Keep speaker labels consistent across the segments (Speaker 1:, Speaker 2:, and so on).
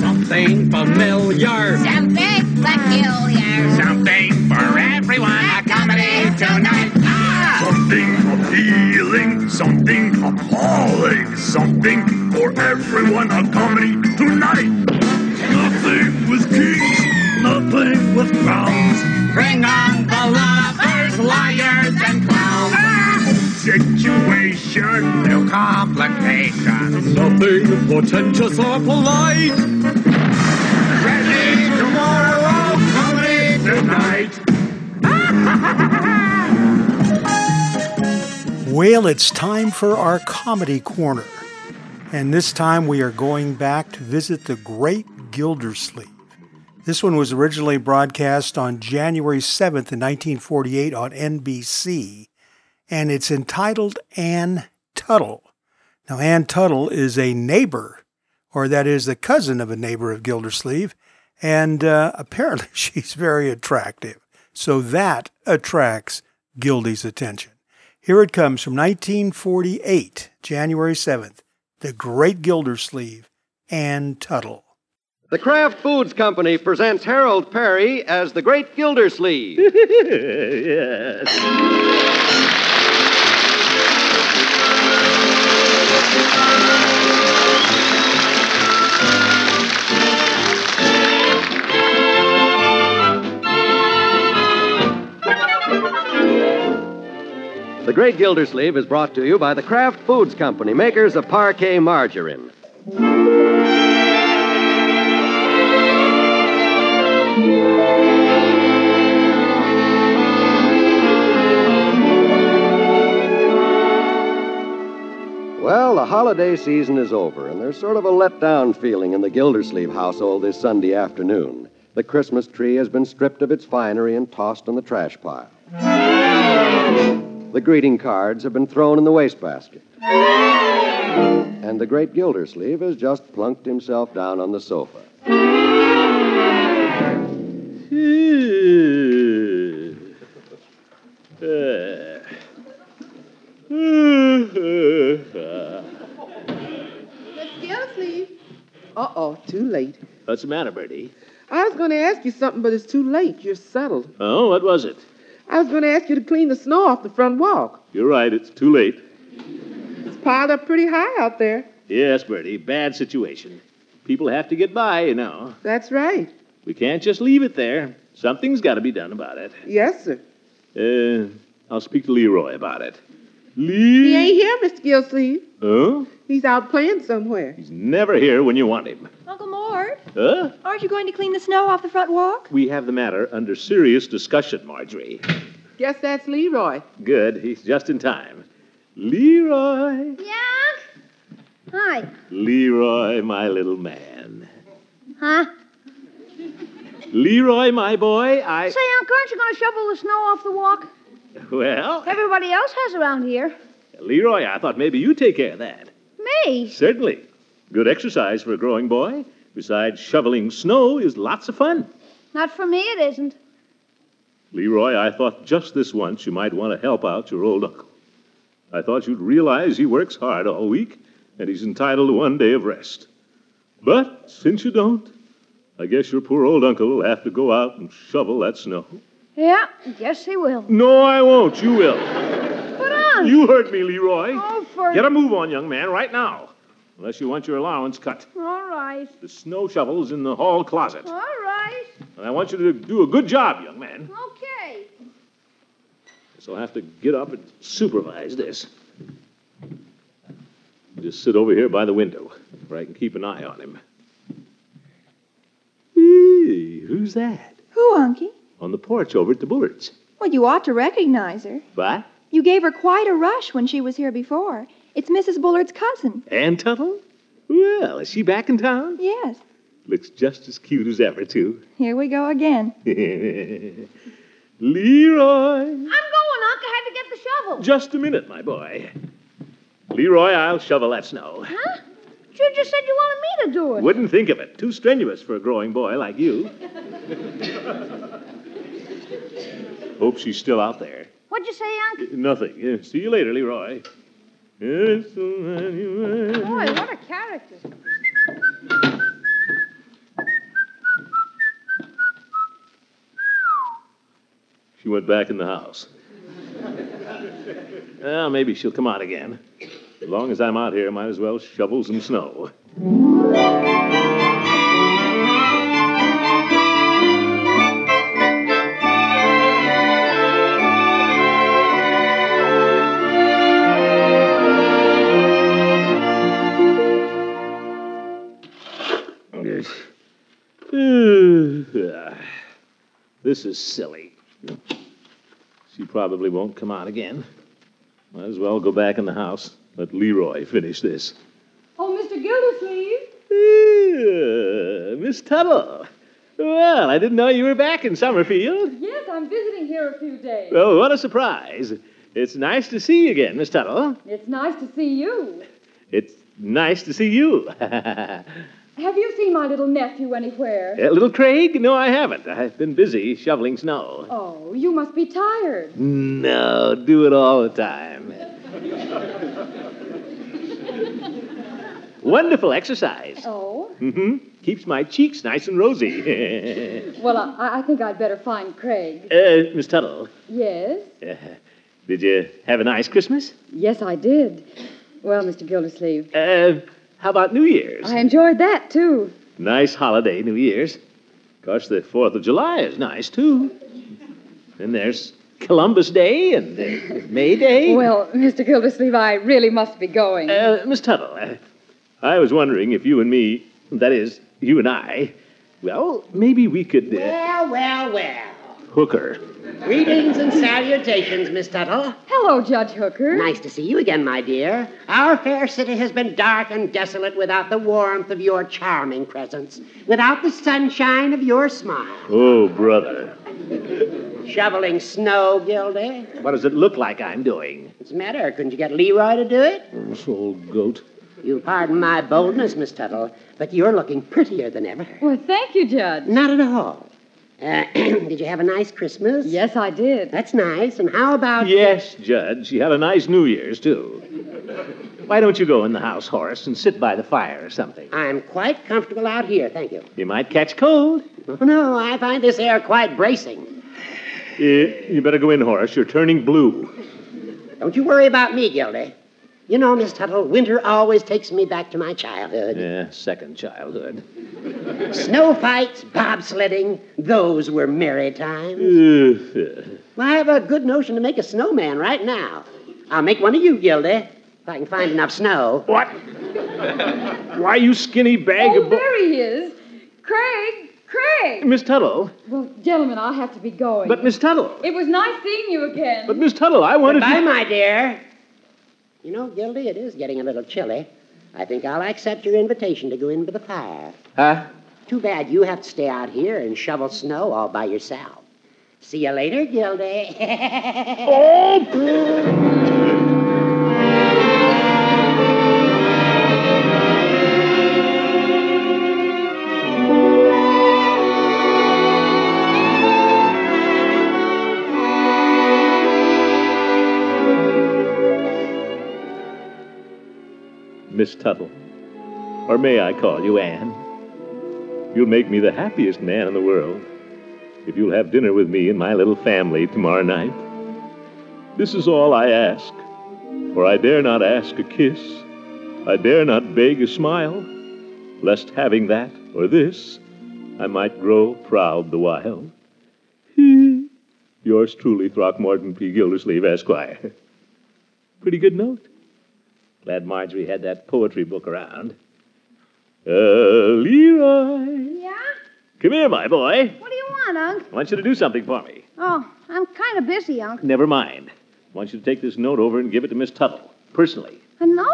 Speaker 1: Something familiar.
Speaker 2: Something peculiar.
Speaker 1: Something for everyone.
Speaker 2: A comedy tonight. Ah!
Speaker 3: Something appealing, something appalling, something for everyone. A comedy tonight. Nothing with kings, nothing with crowns.
Speaker 1: Bring on the lovers, liars, and clowns.
Speaker 3: Situation,
Speaker 1: New complications.
Speaker 3: nothing pretentious or polite.
Speaker 1: Ready tomorrow. Comedy tonight.
Speaker 4: Well, it's time for our comedy corner. And this time we are going back to visit the Great Gildersleeve. This one was originally broadcast on January 7th, in 1948, on NBC, and it's entitled Ann Tuttle. Now, Ann Tuttle is a neighbor, or that is, the cousin of a neighbor of Gildersleeve, and uh, apparently she's very attractive. So that attracts Gildy's attention. Here it comes from 1948, January 7th. The Great Gildersleeve, Ann Tuttle.
Speaker 5: The Kraft Foods Company presents Harold Perry as the Great Gildersleeve. the Great Gildersleeve is brought to you by the Kraft Foods Company, makers of parquet margarine. Well, the holiday season is over, and there's sort of a letdown feeling in the Gildersleeve household this Sunday afternoon. The Christmas tree has been stripped of its finery and tossed in the trash pile. The greeting cards have been thrown in the wastebasket. And the great Gildersleeve has just plunked himself down on the sofa.
Speaker 6: Gildersleeve. Uh oh, too late.
Speaker 7: What's the matter, Bertie?
Speaker 6: I was going to ask you something, but it's too late. You're settled.
Speaker 7: Oh, what was it?
Speaker 6: I was going to ask you to clean the snow off the front walk.
Speaker 7: You're right, it's too late.
Speaker 6: It's piled up pretty high out there.
Speaker 7: Yes, Bertie, bad situation. People have to get by, you know.
Speaker 6: That's right.
Speaker 7: We can't just leave it there. Something's got to be done about it.
Speaker 6: Yes, sir.
Speaker 7: Uh, I'll speak to Leroy about it.
Speaker 6: He
Speaker 7: Lee?
Speaker 6: ain't here, Mr. Gildersleeve.
Speaker 7: Huh?
Speaker 6: He's out playing somewhere.
Speaker 7: He's never here when you want him.
Speaker 8: Uncle Mort,
Speaker 7: Huh?
Speaker 8: aren't you going to clean the snow off the front walk?
Speaker 7: We have the matter under serious discussion, Marjorie.
Speaker 6: Guess that's Leroy.
Speaker 7: Good, he's just in time. Leroy,
Speaker 2: Yeah? Hi.
Speaker 7: Leroy, my little man.
Speaker 2: Huh?
Speaker 7: Leroy, my boy, I.
Speaker 8: Say, Uncle, aren't you going to shovel the snow off the walk?
Speaker 7: Well,
Speaker 8: Everybody else has around here.
Speaker 7: Leroy, I thought maybe you'd take care of that.
Speaker 8: Me?
Speaker 7: Certainly. Good exercise for a growing boy. Besides, shoveling snow is lots of fun.
Speaker 8: Not for me, it isn't.
Speaker 7: Leroy, I thought just this once you might want to help out your old uncle. I thought you'd realize he works hard all week and he's entitled to one day of rest. But since you don't, I guess your poor old uncle will have to go out and shovel that snow.
Speaker 8: Yeah, yes, he will.
Speaker 7: No, I won't. You will.
Speaker 8: Put on!
Speaker 7: You heard me, Leroy.
Speaker 8: Oh, for...
Speaker 7: Get a move on, young man, right now. Unless you want your allowance cut.
Speaker 8: All right,
Speaker 7: The snow shovel's in the hall closet.
Speaker 8: all right,
Speaker 7: And I want you to do a good job, young man.
Speaker 8: okay.
Speaker 7: So I'll have to get up and supervise this. Just sit over here by the window, where I can keep an eye on him. Hey, who's that?
Speaker 8: Who, Unky?
Speaker 7: On the porch over at the Bullards.
Speaker 8: Well, you ought to recognize her.
Speaker 7: What?
Speaker 8: You gave her quite a rush when she was here before. It's Mrs. Bullard's cousin.
Speaker 7: Ann Tuttle? Well, is she back in town?
Speaker 8: Yes.
Speaker 7: Looks just as cute as ever, too.
Speaker 8: Here we go again.
Speaker 7: Leroy!
Speaker 8: I'm going, Unc. I had to get the shovel.
Speaker 7: Just a minute, my boy. Leroy, I'll shovel that snow.
Speaker 8: Huh? You just said you wanted me to do it.
Speaker 7: Wouldn't think of it. Too strenuous for a growing boy like you. Hope she's still out there.
Speaker 8: What'd you say, Unc?
Speaker 7: Nothing. Yeah, See you later, Leroy. There's so many ways.
Speaker 9: Boy, what a character.
Speaker 7: She went back in the house. Well, maybe she'll come out again. As long as I'm out here, might as well shovel some snow. Ah, This is silly. She probably won't come out again. Might as well go back in the house. Let Leroy finish this.
Speaker 9: Oh, Mr. Gildersleeve.
Speaker 7: Uh, Miss Tuttle. Well, I didn't know you were back in Summerfield.
Speaker 9: Yes, I'm visiting here a few days.
Speaker 7: Well, what a surprise. It's nice to see you again, Miss Tuttle.
Speaker 9: It's nice to see you.
Speaker 7: It's nice to see you. Uh,
Speaker 9: Have you seen my little nephew anywhere?
Speaker 7: little Craig? No, I haven't. I've been busy shoveling snow.
Speaker 9: Oh, you must be tired.
Speaker 7: No, do it all the time. Wonderful exercise.
Speaker 9: Oh?
Speaker 7: hmm Keeps my cheeks nice and rosy.
Speaker 9: Well, I, I think I'd better find Craig.
Speaker 7: Uh, Miss Tuttle,
Speaker 9: Yes?
Speaker 7: uh, did you have a nice Christmas?
Speaker 9: Yes, I did. Well, Mr. Gildersleeve,
Speaker 7: Uh, how about New Year's?
Speaker 9: I enjoyed that, too.
Speaker 7: Nice holiday, New Year's. Of course, the 4th of July is nice, too. Then there's Columbus Day and uh, May Day.
Speaker 9: Well, Mr. Gildersleeve, I really must be going.
Speaker 7: Uh, Miss Tuttle, uh, I was wondering if you and me, that is, you and I, well, maybe we could uh,
Speaker 1: Well, well, well.
Speaker 7: hook her.
Speaker 1: Greetings and salutations, Miss Tuttle.
Speaker 9: Hello, Judge Hooker.
Speaker 1: Nice to see you again, my dear. Our fair city has been dark and desolate without the warmth of your charming presence, without the sunshine of your smile.
Speaker 7: Oh, brother.
Speaker 1: Shoveling snow, Gildy.
Speaker 7: What does it look like I'm doing?
Speaker 1: What's the matter? Couldn't you get Leroy to do it?
Speaker 7: Oh, This old goat.
Speaker 1: You'll pardon my boldness, Miss Tuttle, but you're looking prettier than ever.
Speaker 9: Well, thank you, Judge.
Speaker 1: Not at all. Uh, did you have a nice Christmas?
Speaker 9: Yes, I did.
Speaker 1: That's nice. And how about.
Speaker 7: Yes, Judge. She had a nice New Year's, too. Why don't you go in the house, Horace, and sit by the fire or something?
Speaker 1: I'm quite comfortable out here, thank you.
Speaker 7: You might catch cold.
Speaker 1: Oh, no, I find this air quite bracing.
Speaker 7: you better go in, Horace. You're turning blue.
Speaker 1: Don't you worry about me, Gildy. You know, Miss Tuttle, winter always takes me back to my childhood.
Speaker 7: Yeah, second childhood.
Speaker 1: Snow fights, bobsledding, those were merry times.
Speaker 7: Well,
Speaker 1: Well, I have a good notion to make a snowman right now. I'll make one of you, Gildy, if I can find enough snow.
Speaker 7: what? Why, you skinny bag
Speaker 9: Oh,
Speaker 7: of. Bo-
Speaker 9: there he is. Craig! Craig!
Speaker 7: Miss Tuttle.
Speaker 9: Well, gentlemen, I'll have to be going.
Speaker 7: But, Miss Tuttle.
Speaker 9: It was nice seeing you again.
Speaker 7: But, Miss Tuttle, I wanted
Speaker 1: Bye,
Speaker 7: you.
Speaker 1: my dear. You know, Gildy, it is getting a little chilly. I think I'll accept your invitation to go in by the fire.
Speaker 7: Huh?
Speaker 1: Too bad you have to stay out here and shovel snow all by yourself. See you later, Gildy.
Speaker 7: Oh, Miss Tuttle. Or may I call you Anne? You'll make me the happiest man in the world if you'll have dinner with me and my little family tomorrow night. This is all I ask, for I dare not ask a kiss. I dare not beg a smile, lest having that or this, I might grow proud the while. Hmm, Yours truly, Throckmorton P. Gildersleeve, Esquire. Pretty good note. Glad Marjorie had that poetry book around. Uh, Leroy,
Speaker 2: Yeah?
Speaker 7: come here, my boy.
Speaker 2: What do you want, Unc?
Speaker 7: I want you to do something for me.
Speaker 2: Oh, I'm kind of busy, Unc.
Speaker 7: Never mind. I want you to take this note over and give it to Miss Tuttle, personally.
Speaker 2: A note?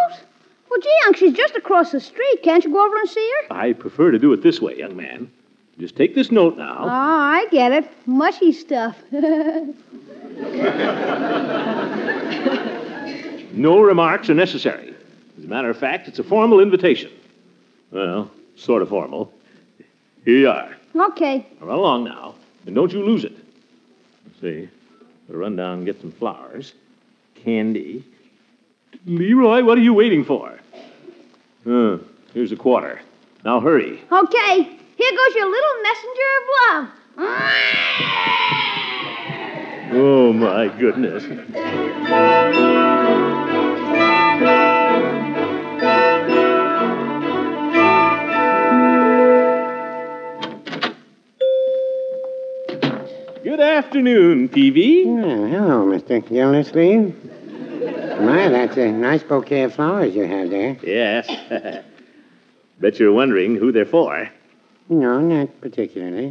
Speaker 2: Well, gee, Unc, she's just across the street. Can't you go over and see her?
Speaker 7: I prefer to do it this way, young man. Just take this note
Speaker 2: Oh,
Speaker 7: now.
Speaker 2: I get it. Mushy stuff.
Speaker 7: No remarks are necessary. As a matter of fact, it's a formal invitation. Well, sort of formal. Here you are.
Speaker 2: okay.
Speaker 7: Run along now, and don't you lose it. Let's see. I'll run down and get some flowers, candy, Leroy, what are you waiting for? Uh, here's a quarter. Now hurry.
Speaker 2: Okay, here goes your little messenger of love.
Speaker 7: Oh, my goodness. Good afternoon, Peavy.
Speaker 10: hello, Mr. Gildersleeve. My, that's a nice bouquet of flowers you have there.
Speaker 7: Yes. Bet you're wondering who they're for.
Speaker 10: No, not particularly.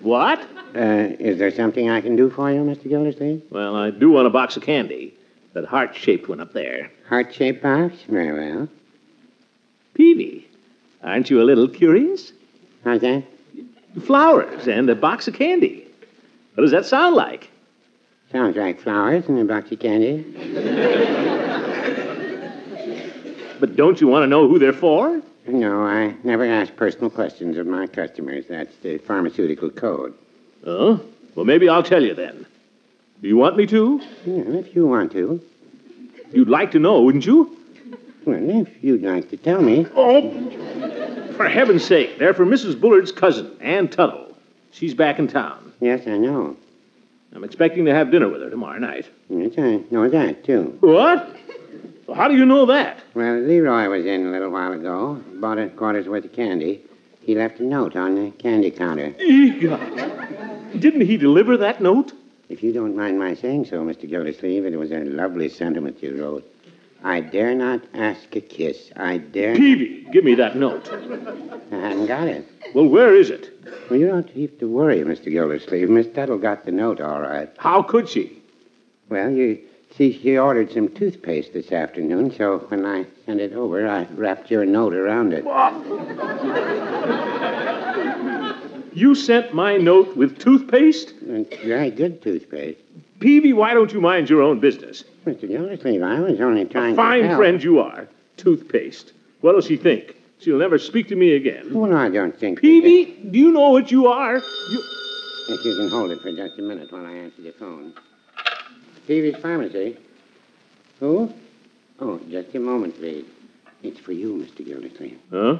Speaker 7: What?
Speaker 10: Uh, is there something I can do for you, Mr. Gildersleeve?
Speaker 7: Well, I do want a box of candy. That heart shaped one up there.
Speaker 10: Heart shaped box? Very well.
Speaker 7: Peavy, aren't you a little curious?
Speaker 10: How's that?
Speaker 7: Flowers and a box of candy. What does that sound like?
Speaker 10: Sounds like flowers and a box of candy.
Speaker 7: But don't you want to know who they're for?
Speaker 10: No, I never ask personal questions of my customers. That's the pharmaceutical code.
Speaker 7: Oh? Well, maybe I'll tell you then. Do you want me to?
Speaker 10: Well, if you want to.
Speaker 7: You'd like to know, wouldn't you?
Speaker 10: Well, if you'd like to tell me.
Speaker 7: Oh! For heaven's sake, they're for Mrs. Bullard's cousin, Ann Tuttle. She's back in town.
Speaker 10: Yes, I know.
Speaker 7: I'm expecting to have dinner with her tomorrow night.
Speaker 10: Yes, I know that, too.
Speaker 7: What? Well, How do you know that?
Speaker 10: Well, Leroy was in a little while ago. Bought a quarter's worth of candy. He left a note on the candy counter.
Speaker 7: Egad. Didn't he deliver that note?
Speaker 10: If you don't mind my saying so, Mr. Gildersleeve, it was a lovely sentiment you wrote. I dare not ask a kiss. I dare.
Speaker 7: Peavy, give me that note.
Speaker 10: I haven't got it.
Speaker 7: Well, where is it?
Speaker 10: Well, you don't have to worry, Mr. Gildersleeve. Miss Tuttle got the note all right.
Speaker 7: How could she?
Speaker 10: Well, you see, she ordered some toothpaste this afternoon, so when I sent it over, I wrapped your note around it.
Speaker 7: You sent my note with toothpaste?
Speaker 10: It's very good toothpaste.
Speaker 7: Peavy, why don't you mind your own business?
Speaker 10: Mr. Gildersleeve, I was only trying to.
Speaker 7: Fine
Speaker 10: help.
Speaker 7: friend you are. Toothpaste. What'll she think? She'll never speak to me again.
Speaker 10: Well, I don't think.
Speaker 7: Peavy, do you know what you are? You...
Speaker 10: If you can hold it for just a minute while I answer the phone. Peavy's Pharmacy. Who? Oh, just a moment, please. It's for you, Mr. Gildersleeve.
Speaker 7: Huh?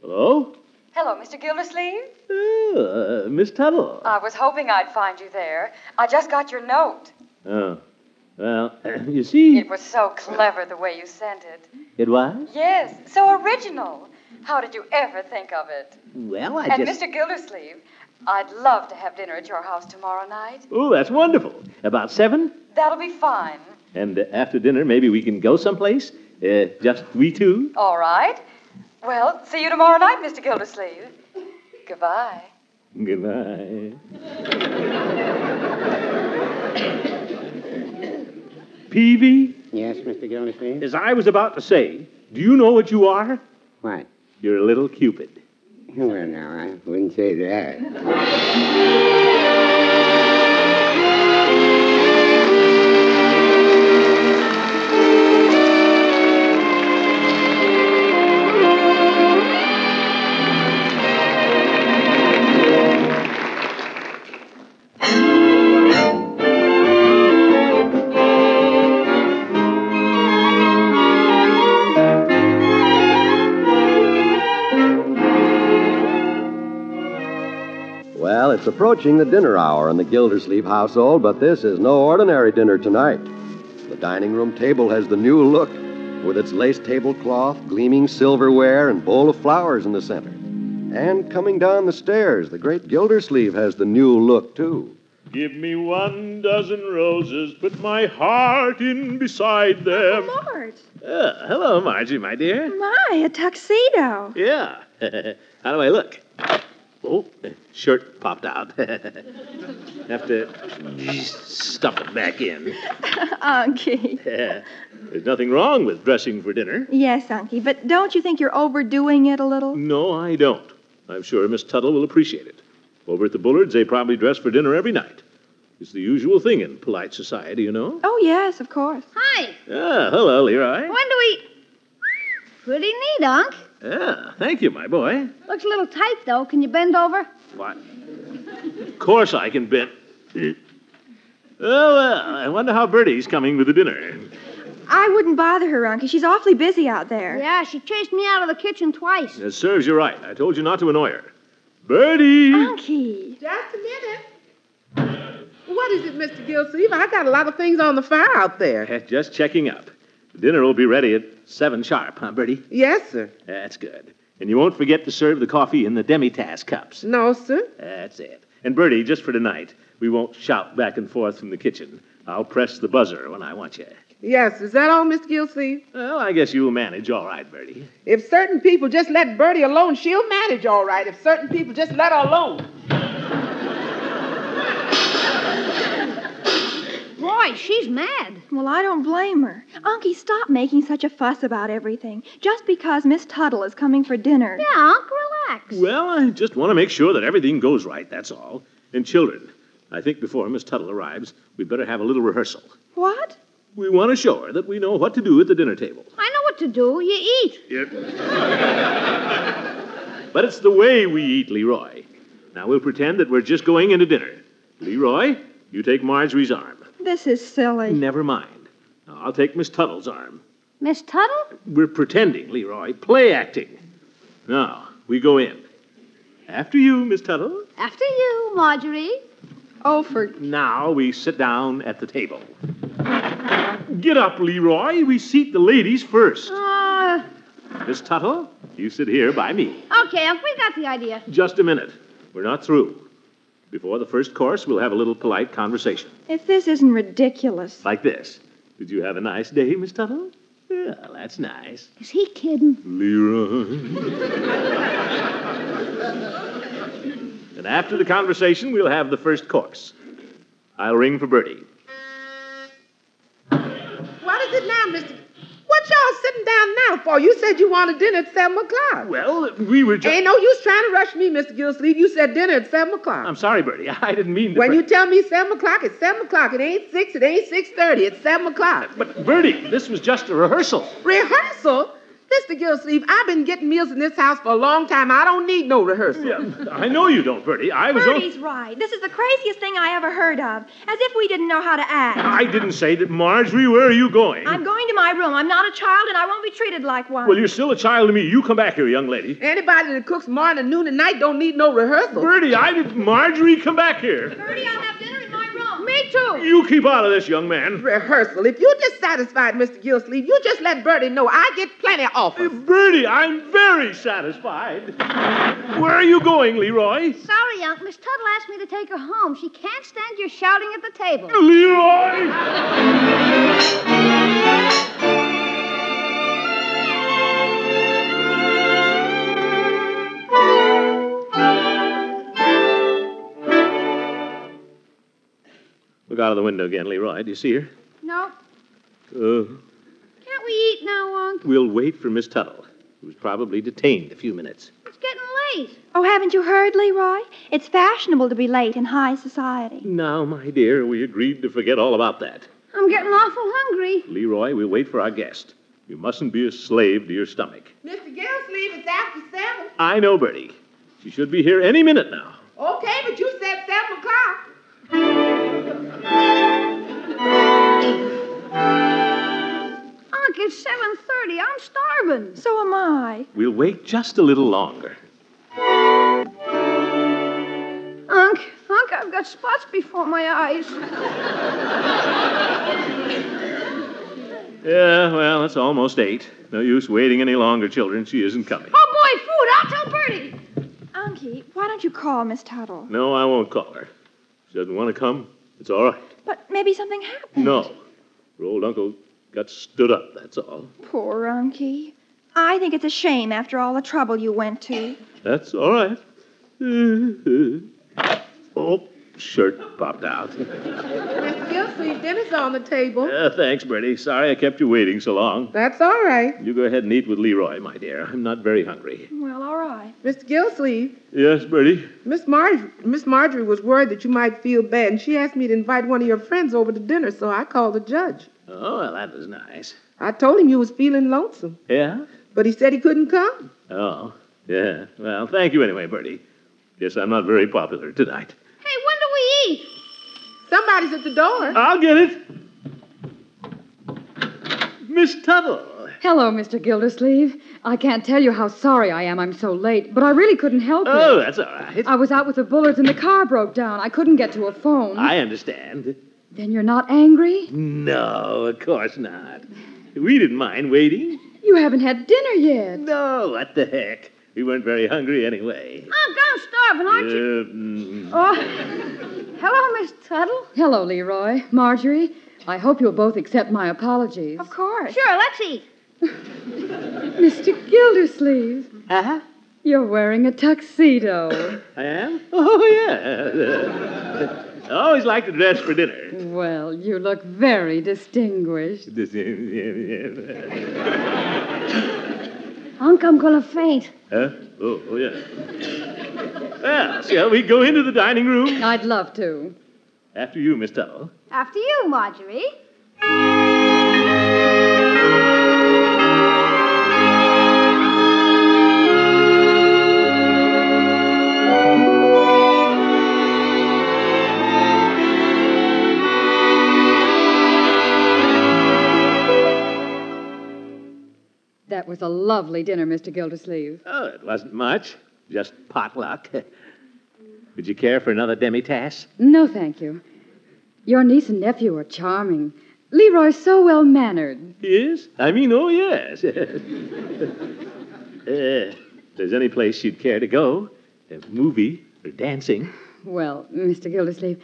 Speaker 7: Hello?
Speaker 9: Hello, Mr. Gildersleeve.
Speaker 7: Oh, uh, Miss Tuttle.
Speaker 9: I was hoping I'd find you there. I just got your note.
Speaker 7: Oh. Well, you see,
Speaker 9: It was so clever the way you sent it.
Speaker 7: it was?
Speaker 9: Yes, so original. How did you ever think of it?
Speaker 7: Well, I
Speaker 9: and Mr. Gildersleeve, I'd love to have dinner at your house tomorrow night.
Speaker 7: Oh, that's wonderful. About seven?
Speaker 9: That'll be fine.
Speaker 7: And uh, after dinner, maybe we can go someplace? Uh, just we two?
Speaker 9: All right. Well, see you tomorrow night, Mr. Gildersleeve. Goodbye.
Speaker 7: Goodbye. Peavy,
Speaker 10: Yes, Mr. Gildersleeve?
Speaker 7: as I was about to say, do you know what you are?
Speaker 10: What?
Speaker 7: You're a little Cupid.
Speaker 10: Well, now, I wouldn't say that.
Speaker 5: Well, it's approaching the dinner hour in the Gildersleeve household, but this is no ordinary dinner tonight. The dining room table has the new look, with its lace tablecloth, gleaming silverware, and bowl of flowers in the center. And coming down the stairs, the great Gildersleeve has the new look, too.
Speaker 7: Give me one dozen roses, put my heart in beside them.
Speaker 8: Lord,
Speaker 7: Uh, hello, Margie, my dear.
Speaker 8: my, a tuxedo.
Speaker 7: Yeah. How do I look? Oh, shirt popped out. Have to stuff it back in.
Speaker 8: Unky.
Speaker 7: Yeah. There's nothing wrong with dressing for dinner.
Speaker 8: Yes, Unky, but don't you think you're overdoing it a little?
Speaker 7: No, I don't. I'm sure Miss Tuttle will appreciate it. Over at the Bullards, they probably dress for dinner every night. It's the usual thing in polite society, you know.
Speaker 8: Oh, yes, of course.
Speaker 2: Hi,
Speaker 7: Ah, hello, Leroy.
Speaker 2: when do we. Pretty neat, Unc.
Speaker 7: Ah, thank you, my boy.
Speaker 2: Looks a little tight, though. Can you bend over?
Speaker 7: Why, of course I can bend. Oh, well, I wonder how Bertie's coming with the dinner.
Speaker 8: I wouldn't bother her, Uncle. She's awfully busy out there.
Speaker 2: Yeah, she chased me out of the kitchen twice.
Speaker 7: It serves you right. I told you not to annoy her. Bertie!
Speaker 8: Unky.
Speaker 6: Just a minute. What is it, Mr. Gilsleeve? I got a lot of things on the fire out there.
Speaker 7: Eh, Just checking up. Dinner will be ready at 7 sharp, huh, Bertie?
Speaker 6: Yes, sir.
Speaker 7: That's good. And you won't forget to serve the coffee in the demitasse cups.
Speaker 6: No, sir.
Speaker 7: That's it. And Bertie, just for tonight, we won't shout back and forth from the kitchen. I'll press the buzzer when I want you.
Speaker 6: Yes, is that all, Mr. Gilsleeve?
Speaker 7: Well, I guess you'll manage all right, Bertie.
Speaker 6: If certain people just let Bertie alone, she'll manage all right. If certain people just let her alone.
Speaker 8: Boy, she's mad. Well, I don't blame her. Unky, stop making such a fuss about everything just because Miss Tuttle is coming for dinner.
Speaker 2: Yeah, Unc, relax.
Speaker 7: Well, I just want to make sure that everything goes right, that's all. And children, I think before Miss Tuttle arrives, we'd better have a little rehearsal.
Speaker 8: What?
Speaker 7: We want to show her that we know what to do at the dinner table.
Speaker 2: I know what to do. You eat.
Speaker 7: But it's the way we eat, Leroy. Now we'll pretend that we're just going into dinner. Leroy, you take Marjorie's arm.
Speaker 8: This is silly.
Speaker 7: Never mind. Now I'll take Miss Tuttle's arm.
Speaker 2: Miss Tuttle?
Speaker 7: We're pretending, Leroy. Play acting. Now, we go in. After you, Miss Tuttle.
Speaker 2: After you, Marjorie.
Speaker 8: Oh, for.
Speaker 7: Now we sit down at the table. Get up, Leroy. We seat the ladies first.
Speaker 2: Uh,
Speaker 7: Miss Tuttle, you sit here by me.
Speaker 2: okay, Unc, we got the idea.
Speaker 7: Just a minute. We're not through. Before the first course, we'll have a little polite conversation.
Speaker 8: If this isn't ridiculous.
Speaker 7: Like this Did you have a nice day, Miss Tuttle? Yeah, that's nice.
Speaker 2: Is he kidding?
Speaker 7: Leroy. and after the conversation, we'll have the first course. I'll ring for Bertie.
Speaker 6: What is it now, Mr. What y'all sitting down now for? You said you wanted dinner at 7 o'clock.
Speaker 7: Well, we were just.
Speaker 6: Ain't no use trying to rush me, Mr. Gilsleeve. You said dinner at 7 o'clock.
Speaker 7: I'm sorry, Bertie. I didn't mean to.
Speaker 6: when
Speaker 7: bring-
Speaker 6: you tell me 7 o'clock, it's 7 o'clock. It ain't 6, it ain't 6.30. It's 7 o'clock.
Speaker 7: But Bertie, this was just a rehearsal.
Speaker 6: Rehearsal? Mr. Gilsleeve, I've been getting meals in this house for a long time. I don't need no rehearsal.
Speaker 7: I know you don't, Bertie. I was. on-
Speaker 8: Bertie's right. This is the craziest thing I ever heard of. As if we didn't know how to act.
Speaker 7: I didn't say that, Marjorie. Where are you going?
Speaker 8: I'm going to my room. I'm not a child, and I won't be treated like one.
Speaker 7: Well, you're still a child to me. You come back here, young lady.
Speaker 6: Anybody that cooks morning, noon, and night don't need no rehearsal.
Speaker 7: Bertie, I did. Marjorie, come back here.
Speaker 8: Bertie, I'll have dinner in my room.
Speaker 2: Me too.
Speaker 7: You keep out of this, young man.
Speaker 6: Rehearsal. If you're dissatisfied, Mr. Gilsleeve, you just let Bertie know I get plenty of offers.
Speaker 7: Bertie, I'm very satisfied. Where are you going, Leroy?
Speaker 2: Sorry, Unc. Miss Tuttle asked me to take her home. She can't stand your shouting at the table.
Speaker 7: Leroy! Look out of the window again, Leroy. Do you see her?
Speaker 2: No.
Speaker 7: Uh,
Speaker 2: Can't we eat now, Unc?
Speaker 7: we'll wait for Miss Tuttle, who's probably detained a few minutes.
Speaker 2: It's getting late.
Speaker 8: Oh, haven't you heard, Leroy? It's fashionable to be late in high society.
Speaker 7: Now, my dear, we agreed to forget all about that.
Speaker 2: I'm getting awful hungry.
Speaker 7: Leroy, we'll wait for our guest. You mustn't be a slave to your stomach.
Speaker 6: Mr. Gilsleeve, it's after 7.
Speaker 7: I know, Bertie. She should be here any minute now.
Speaker 6: Okay, but you said 7 o'clock.
Speaker 2: Unc, it's 7.30. I'm starving.
Speaker 8: So am I.
Speaker 7: We'll wait just a little longer.
Speaker 2: Unc, Unc, I've got spots before my eyes.
Speaker 7: Yeah, well, it's almost eight. No use waiting any longer, children. She isn't coming.
Speaker 2: Oh, boy, food. I'll tell Bertie.
Speaker 8: Unky, why don't you call Miss Tuttle?
Speaker 7: No, I won't call her. She doesn't want to come. It's all right.
Speaker 8: But maybe something happened.
Speaker 7: No. Her old uncle got stood up, that's all.
Speaker 8: Poor Unky. I think it's a shame after all the trouble you went to.
Speaker 7: That's all right. oh, shirt popped out.
Speaker 6: Mr. Gilsleeve, dinner's on the table.
Speaker 7: Yeah, thanks, Bertie. Sorry I kept you waiting so long.
Speaker 6: That's all right.
Speaker 7: You go ahead and eat with Leroy, my dear. I'm not very hungry.
Speaker 8: Well, all right.
Speaker 6: Mr. Gilsleeve,
Speaker 7: Yes, Bertie?
Speaker 6: Miss, Marj- Miss Marjorie was worried that you might feel bad, and she asked me to invite one of your friends over to dinner, so I called the judge.
Speaker 7: Oh, well, that was nice.
Speaker 6: I told him you was feeling lonesome,
Speaker 7: Yeah?
Speaker 6: but he said he couldn't come.
Speaker 7: Oh, yeah. Well, thank you anyway, Bertie. Yes, I'm not very popular tonight.
Speaker 2: Hey, when do we eat?
Speaker 6: Somebody's at the door.
Speaker 7: I'll get it. Miss Tuttle.
Speaker 11: Hello, Mr. Gildersleeve. I can't tell you how sorry I am I'm so late, but I really couldn't help you.
Speaker 7: Oh, that's all right.
Speaker 11: I was out with the Bullards and the car broke down. I couldn't get to a phone.
Speaker 7: I understand.
Speaker 11: Then you're not angry?
Speaker 7: No, of course not. We didn't mind waiting.
Speaker 11: You haven't had dinner yet.
Speaker 7: No. What the heck? We weren't very hungry anyway.
Speaker 2: Unc, I'm starving, Oh, aren't you?
Speaker 7: Uh, mm,
Speaker 2: Oh, hello, Miss Tuttle.
Speaker 11: Hello, Leroy. Marjorie, I hope you'll both accept my apologies.
Speaker 2: Of course. Sure, let's eat.
Speaker 11: Mr. Gildersleeve. Huh? You're wearing a tuxedo.
Speaker 7: Uh-huh. I am? Oh, yeah. Uh, I always like to dress for dinner.
Speaker 11: well, you look very distinguished.
Speaker 2: Unc, I'm gonna faint.
Speaker 7: huh? Oh, oh, yeah. Well, shall we go into the dining room?
Speaker 11: I'd love to.
Speaker 7: After you, Miss Tuttle.
Speaker 2: After you, Marjorie.
Speaker 11: That was a lovely dinner, Mr. Gildersleeve.
Speaker 7: Oh, it wasn't much, just potluck. Would you care for another demi-tasse?
Speaker 11: No, thank you. Your niece and nephew are charming. Leroy's so well mannered.
Speaker 7: Yes? I mean, oh, yes. Uh, if there's any place you'd care to go, a movie or dancing.
Speaker 11: Well, Mr. Gildersleeve,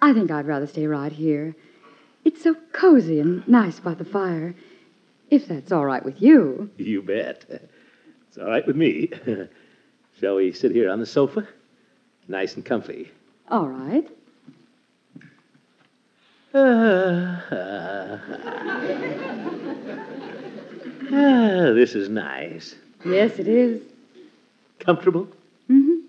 Speaker 11: I think I'd rather stay right here. It's so cozy and nice by the fire. If that's all right with you.
Speaker 7: You bet. It's all right with me. Shall we sit here on the sofa? Nice and comfy.
Speaker 11: All right.
Speaker 7: Ah, this is nice.
Speaker 11: Yes, it is.
Speaker 7: Comfortable?
Speaker 11: Mhm.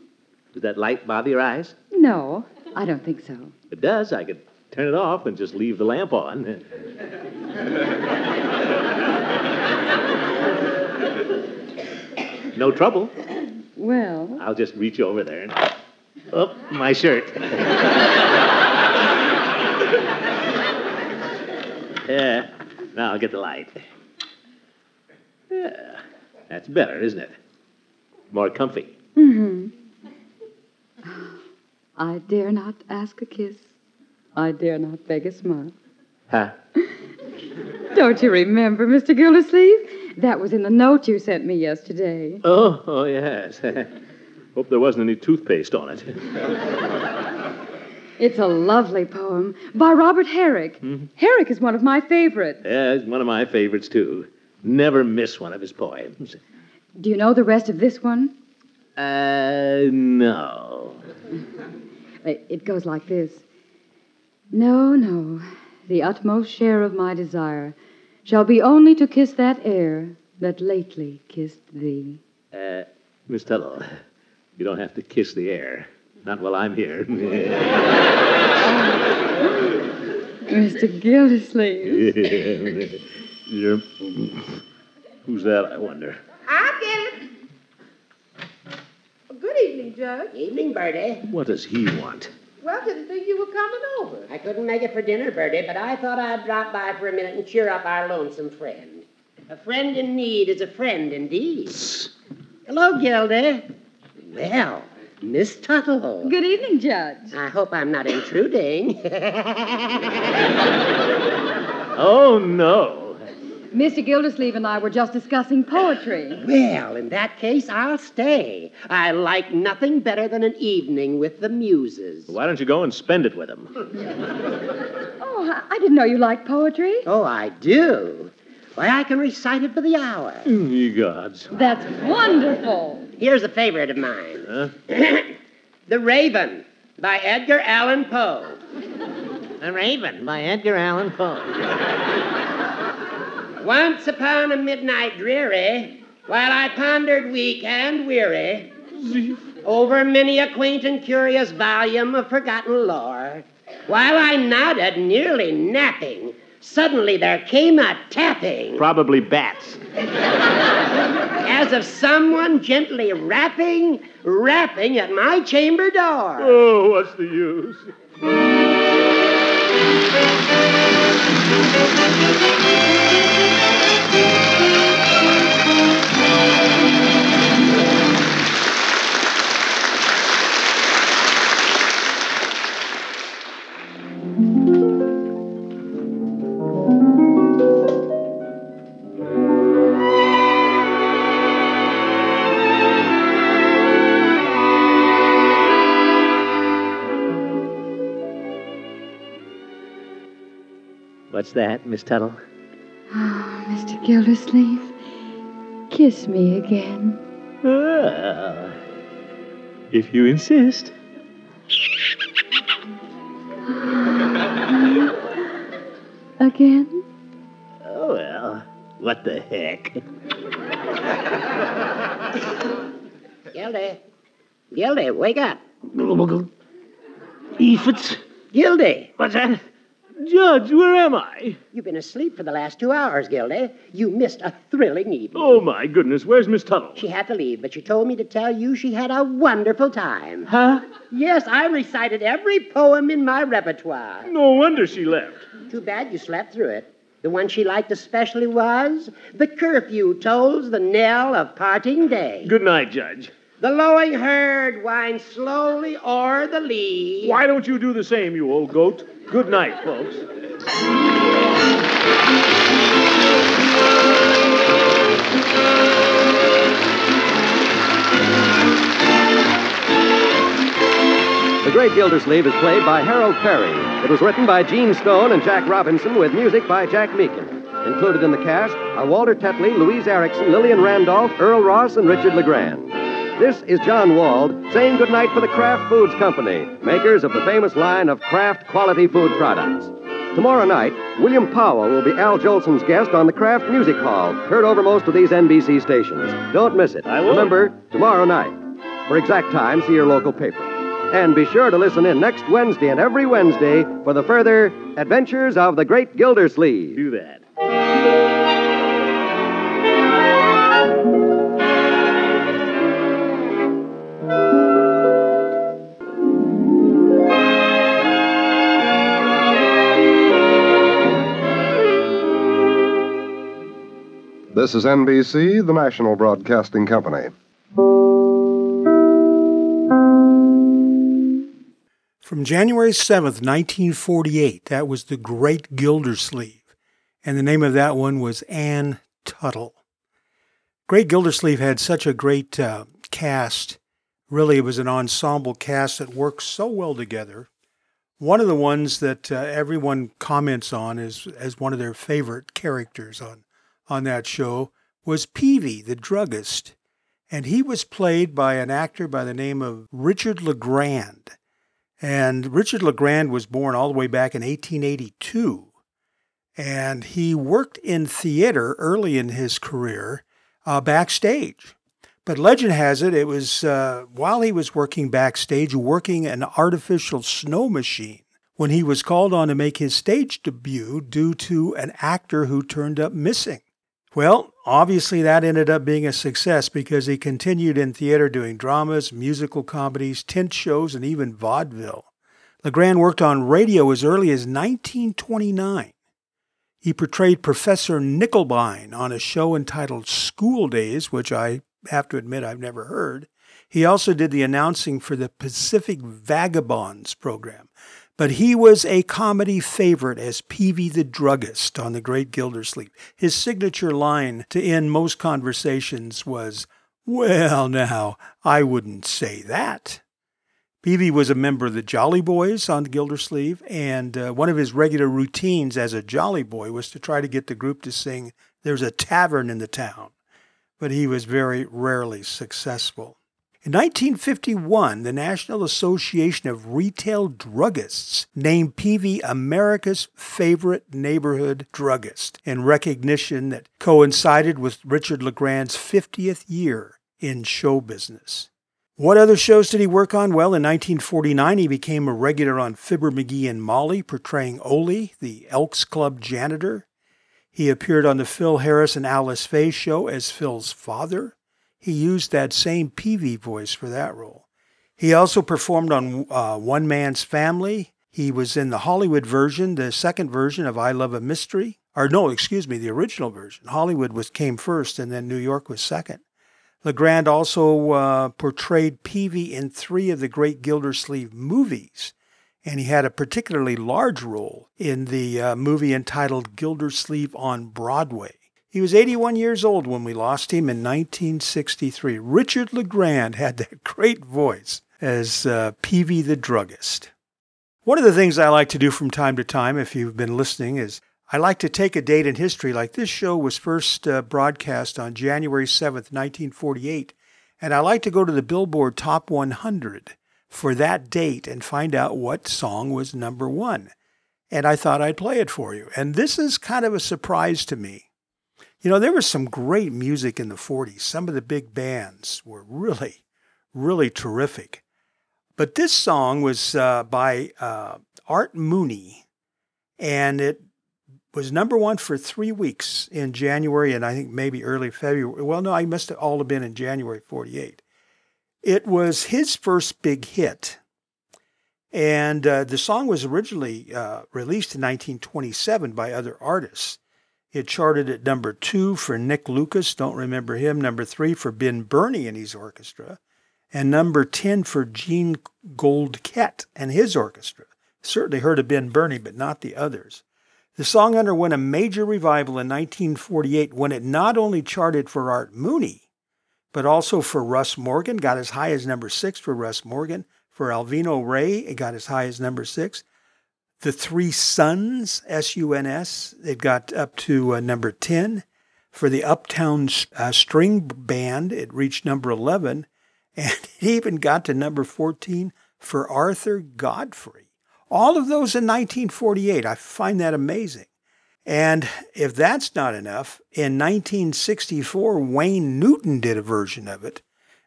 Speaker 7: Does that light bother your eyes?
Speaker 11: No, I don't think so.
Speaker 7: If it does, I could turn it off and just leave the lamp on. No trouble.
Speaker 11: Well,
Speaker 7: I'll just reach over there and. Oh, my shirt. yeah, now I'll get the light. Yeah, that's better, isn't it? More comfy.
Speaker 11: hmm I dare not ask a kiss. I dare not beg a smile.
Speaker 7: Huh?
Speaker 11: Don't you remember, Mr. Gildersleeve? That was in the note you sent me yesterday.
Speaker 7: Oh, oh yes. Hope there wasn't any toothpaste on it.
Speaker 11: It's a lovely poem by Robert Herrick. Herrick is one of my favorites.
Speaker 7: Yeah, it's one of my favorites, too. Never miss one of his poems.
Speaker 11: Do you know the rest of this one?
Speaker 7: Uh, no.
Speaker 11: Uh, It goes like this No, no, the utmost share of my desire shall be only to kiss that air that lately kissed thee.
Speaker 7: Uh, Miss Tuttle, you don't have to kiss the air. Not while I'm here.
Speaker 11: Mr. Gildersleeve.
Speaker 7: Who's that, I wonder?
Speaker 6: I'll get it. Good evening, Judge.
Speaker 1: Evening, Bertie.
Speaker 7: What does he want?
Speaker 6: Well, didn't think you were coming over.
Speaker 1: I couldn't make it for dinner, Bertie, but I thought I'd drop by for a minute and cheer up our lonesome friend. A friend in need is a friend indeed. Hello, Gilda. Well, Miss Tuttle.
Speaker 11: Good evening, Judge.
Speaker 1: I hope I'm not intruding.
Speaker 7: Oh, no.
Speaker 11: Mr. Gildersleeve and I were just discussing poetry.
Speaker 1: well, in that case, I'll stay. I like nothing better than an evening with the muses.
Speaker 7: Why don't you go and spend it with him?
Speaker 11: Oh, I- I didn't know you liked poetry.
Speaker 1: Oh, I do. Why, I can recite it for the hour.
Speaker 7: Ye gods.
Speaker 11: That's wonderful.
Speaker 1: Here's a favorite of mine.
Speaker 7: Huh?
Speaker 1: The Raven by Edgar Allan Poe. The Raven by Edgar Allan Poe. Once upon a midnight dreary, while I pondered weak and weary over many a quaint and curious volume of forgotten lore, while I nodded, nearly napping, suddenly there came a tapping
Speaker 7: Probably bats.
Speaker 1: as of someone gently rapping, rapping at my chamber door.
Speaker 7: Oh, what's the use?
Speaker 12: What's that, Miss Tuttle?
Speaker 11: Oh, Mr. Gildersleeve, kiss me again.
Speaker 12: Well, Ah. if you insist.
Speaker 11: Again?
Speaker 12: Oh, well, what the heck?
Speaker 1: Gildy. Gildy, wake up.
Speaker 12: Eafets?
Speaker 1: Gildy.
Speaker 12: What's that? Judge, where am I?
Speaker 1: You've been asleep for the last two hours, Gildy. You missed a thrilling evening.
Speaker 12: Oh, my goodness, where's Miss Tuttle?
Speaker 1: She had to leave, but she told me to tell you she had a wonderful time.
Speaker 12: Huh?
Speaker 1: Yes, I recited every poem in my repertoire.
Speaker 12: No wonder she left.
Speaker 1: Too bad you slept through it. The one she liked especially was The Curfew Tolls the Knell of Parting Day.
Speaker 12: Good night, Judge.
Speaker 1: The lowing herd winds slowly o'er the lea.
Speaker 12: Why don't you do the same, you old goat? Good night, folks.
Speaker 5: The Great Gildersleeve is played by Harold Perry. It was written by Gene Stone and Jack Robinson with music by Jack Meakin. Included in the cast are Walter Tetley, Louise Erickson, Lillian Randolph, Earl Ross, and Richard LeGrand. This is John Wald saying goodnight for the Kraft Foods Company, makers of the famous line of Kraft quality food products. Tomorrow night, William Powell will be Al Jolson's guest on the Kraft Music Hall, heard over most of these NBC stations. Don't miss it. I
Speaker 12: will.
Speaker 5: Remember, tomorrow night. For exact time, see your local paper. And be sure to listen in next Wednesday and every Wednesday for the further Adventures of the Great Gildersleeve.
Speaker 12: Do that.
Speaker 13: This is NBC, the national broadcasting company.
Speaker 4: From January 7th, 1948, that was The Great Gildersleeve. And the name of that one was Anne Tuttle. Great Gildersleeve had such a great uh, cast. Really, it was an ensemble cast that worked so well together. One of the ones that uh, everyone comments on is as one of their favorite characters on, on that show was Peavy, the druggist. And he was played by an actor by the name of Richard LeGrand. And Richard LeGrand was born all the way back in 1882. And he worked in theater early in his career uh, backstage. But legend has it, it was uh, while he was working backstage, working an artificial snow machine, when he was called on to make his stage debut due to an actor who turned up missing. Well, obviously, that ended up being a success because he continued in theater doing dramas, musical comedies, tent shows, and even vaudeville. LeGrand worked on radio as early as 1929. He portrayed Professor Nickelbein on a show entitled School Days, which I have to admit I've never heard. He also did the announcing for the Pacific Vagabonds program. But he was a comedy favorite as Peavy the Druggist on The Great Gildersleeve. His signature line to end most conversations was, Well, now, I wouldn't say that. Peavy was a member of the Jolly Boys on Gildersleeve, and uh, one of his regular routines as a Jolly Boy was to try to get the group to sing, There's a Tavern in the Town. But he was very rarely successful. In 1951, the National Association of Retail Druggists named Peavy America's favorite neighborhood druggist in recognition that coincided with Richard LeGrand's 50th year in show business. What other shows did he work on? Well, in 1949, he became a regular on Fibber McGee and Molly, portraying Ole, the Elks Club janitor. He appeared on the Phil Harris and Alice Faye show as Phil's father. He used that same Peavy voice for that role. He also performed on uh, One Man's Family. He was in the Hollywood version, the second version of I Love a Mystery. Or no, excuse me, the original version. Hollywood was came first and then New York was second. Legrand also uh, portrayed Peavy in three of the great Gildersleeve movies, and he had a particularly large role in the uh, movie entitled Gildersleeve on Broadway. He was 81 years old when we lost him in 1963. Richard Legrand had that great voice as uh, Peavy the druggist. One of the things I like to do from time to time, if you've been listening, is I like to take a date in history. Like this show was first uh, broadcast on January 7th, 1948, and I like to go to the Billboard Top 100 for that date and find out what song was number one. And I thought I'd play it for you. And this is kind of a surprise to me. You know, there was some great music in the 40s. Some of the big bands were really, really terrific. But this song was uh, by uh, Art Mooney, and it was number one for three weeks in January and I think maybe early February. Well, no, I must have all have been in January 48. It was his first big hit. And uh, the song was originally uh, released in 1927 by other artists. It charted at number two for Nick Lucas, don't remember him, number three for Ben Burney and his orchestra, and number 10 for Gene Goldkett and his orchestra. Certainly heard of Ben Burney, but not the others. The song underwent a major revival in 1948 when it not only charted for Art Mooney, but also for Russ Morgan, got as high as number six for Russ Morgan. For Alvino Ray, it got as high as number six. The Three Suns, S U N S, it got up to uh, number 10. For the Uptown uh, String Band, it reached number 11. And it even got to number 14 for Arthur Godfrey. All of those in 1948. I find that amazing. And if that's not enough, in 1964, Wayne Newton did a version of it.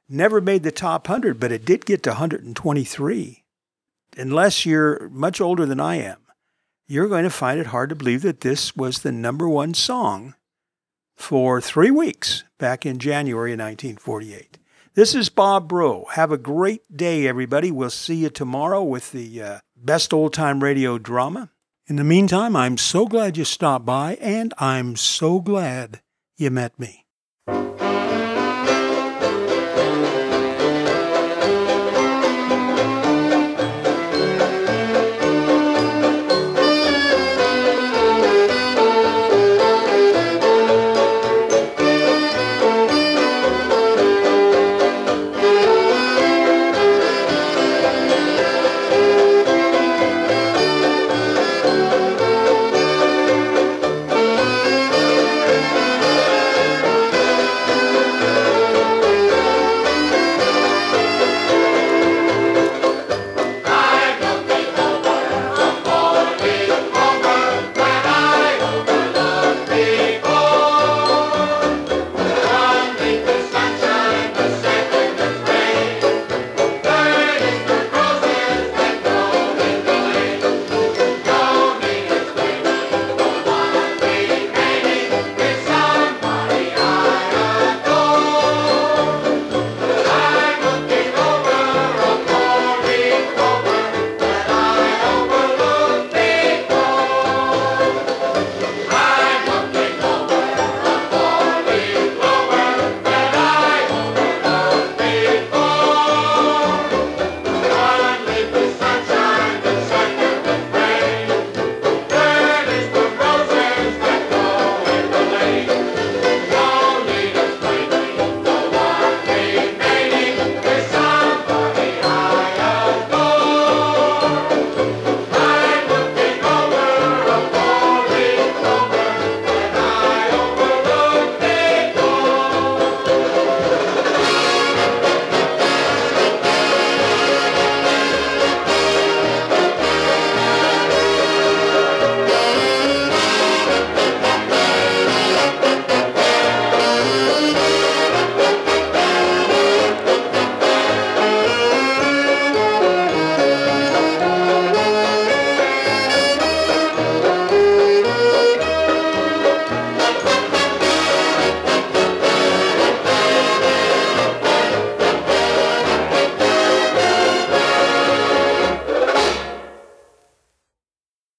Speaker 4: Never made the top 100, but it did get to 123 unless you're much older than I am, you're going to find it hard to believe that this was the number one song for three weeks back in January of 1948. This is Bob Bro. Have a great day, everybody. We'll see you tomorrow with the uh, best old time radio drama. In the meantime, I'm so glad you stopped by, and I'm so glad you met me.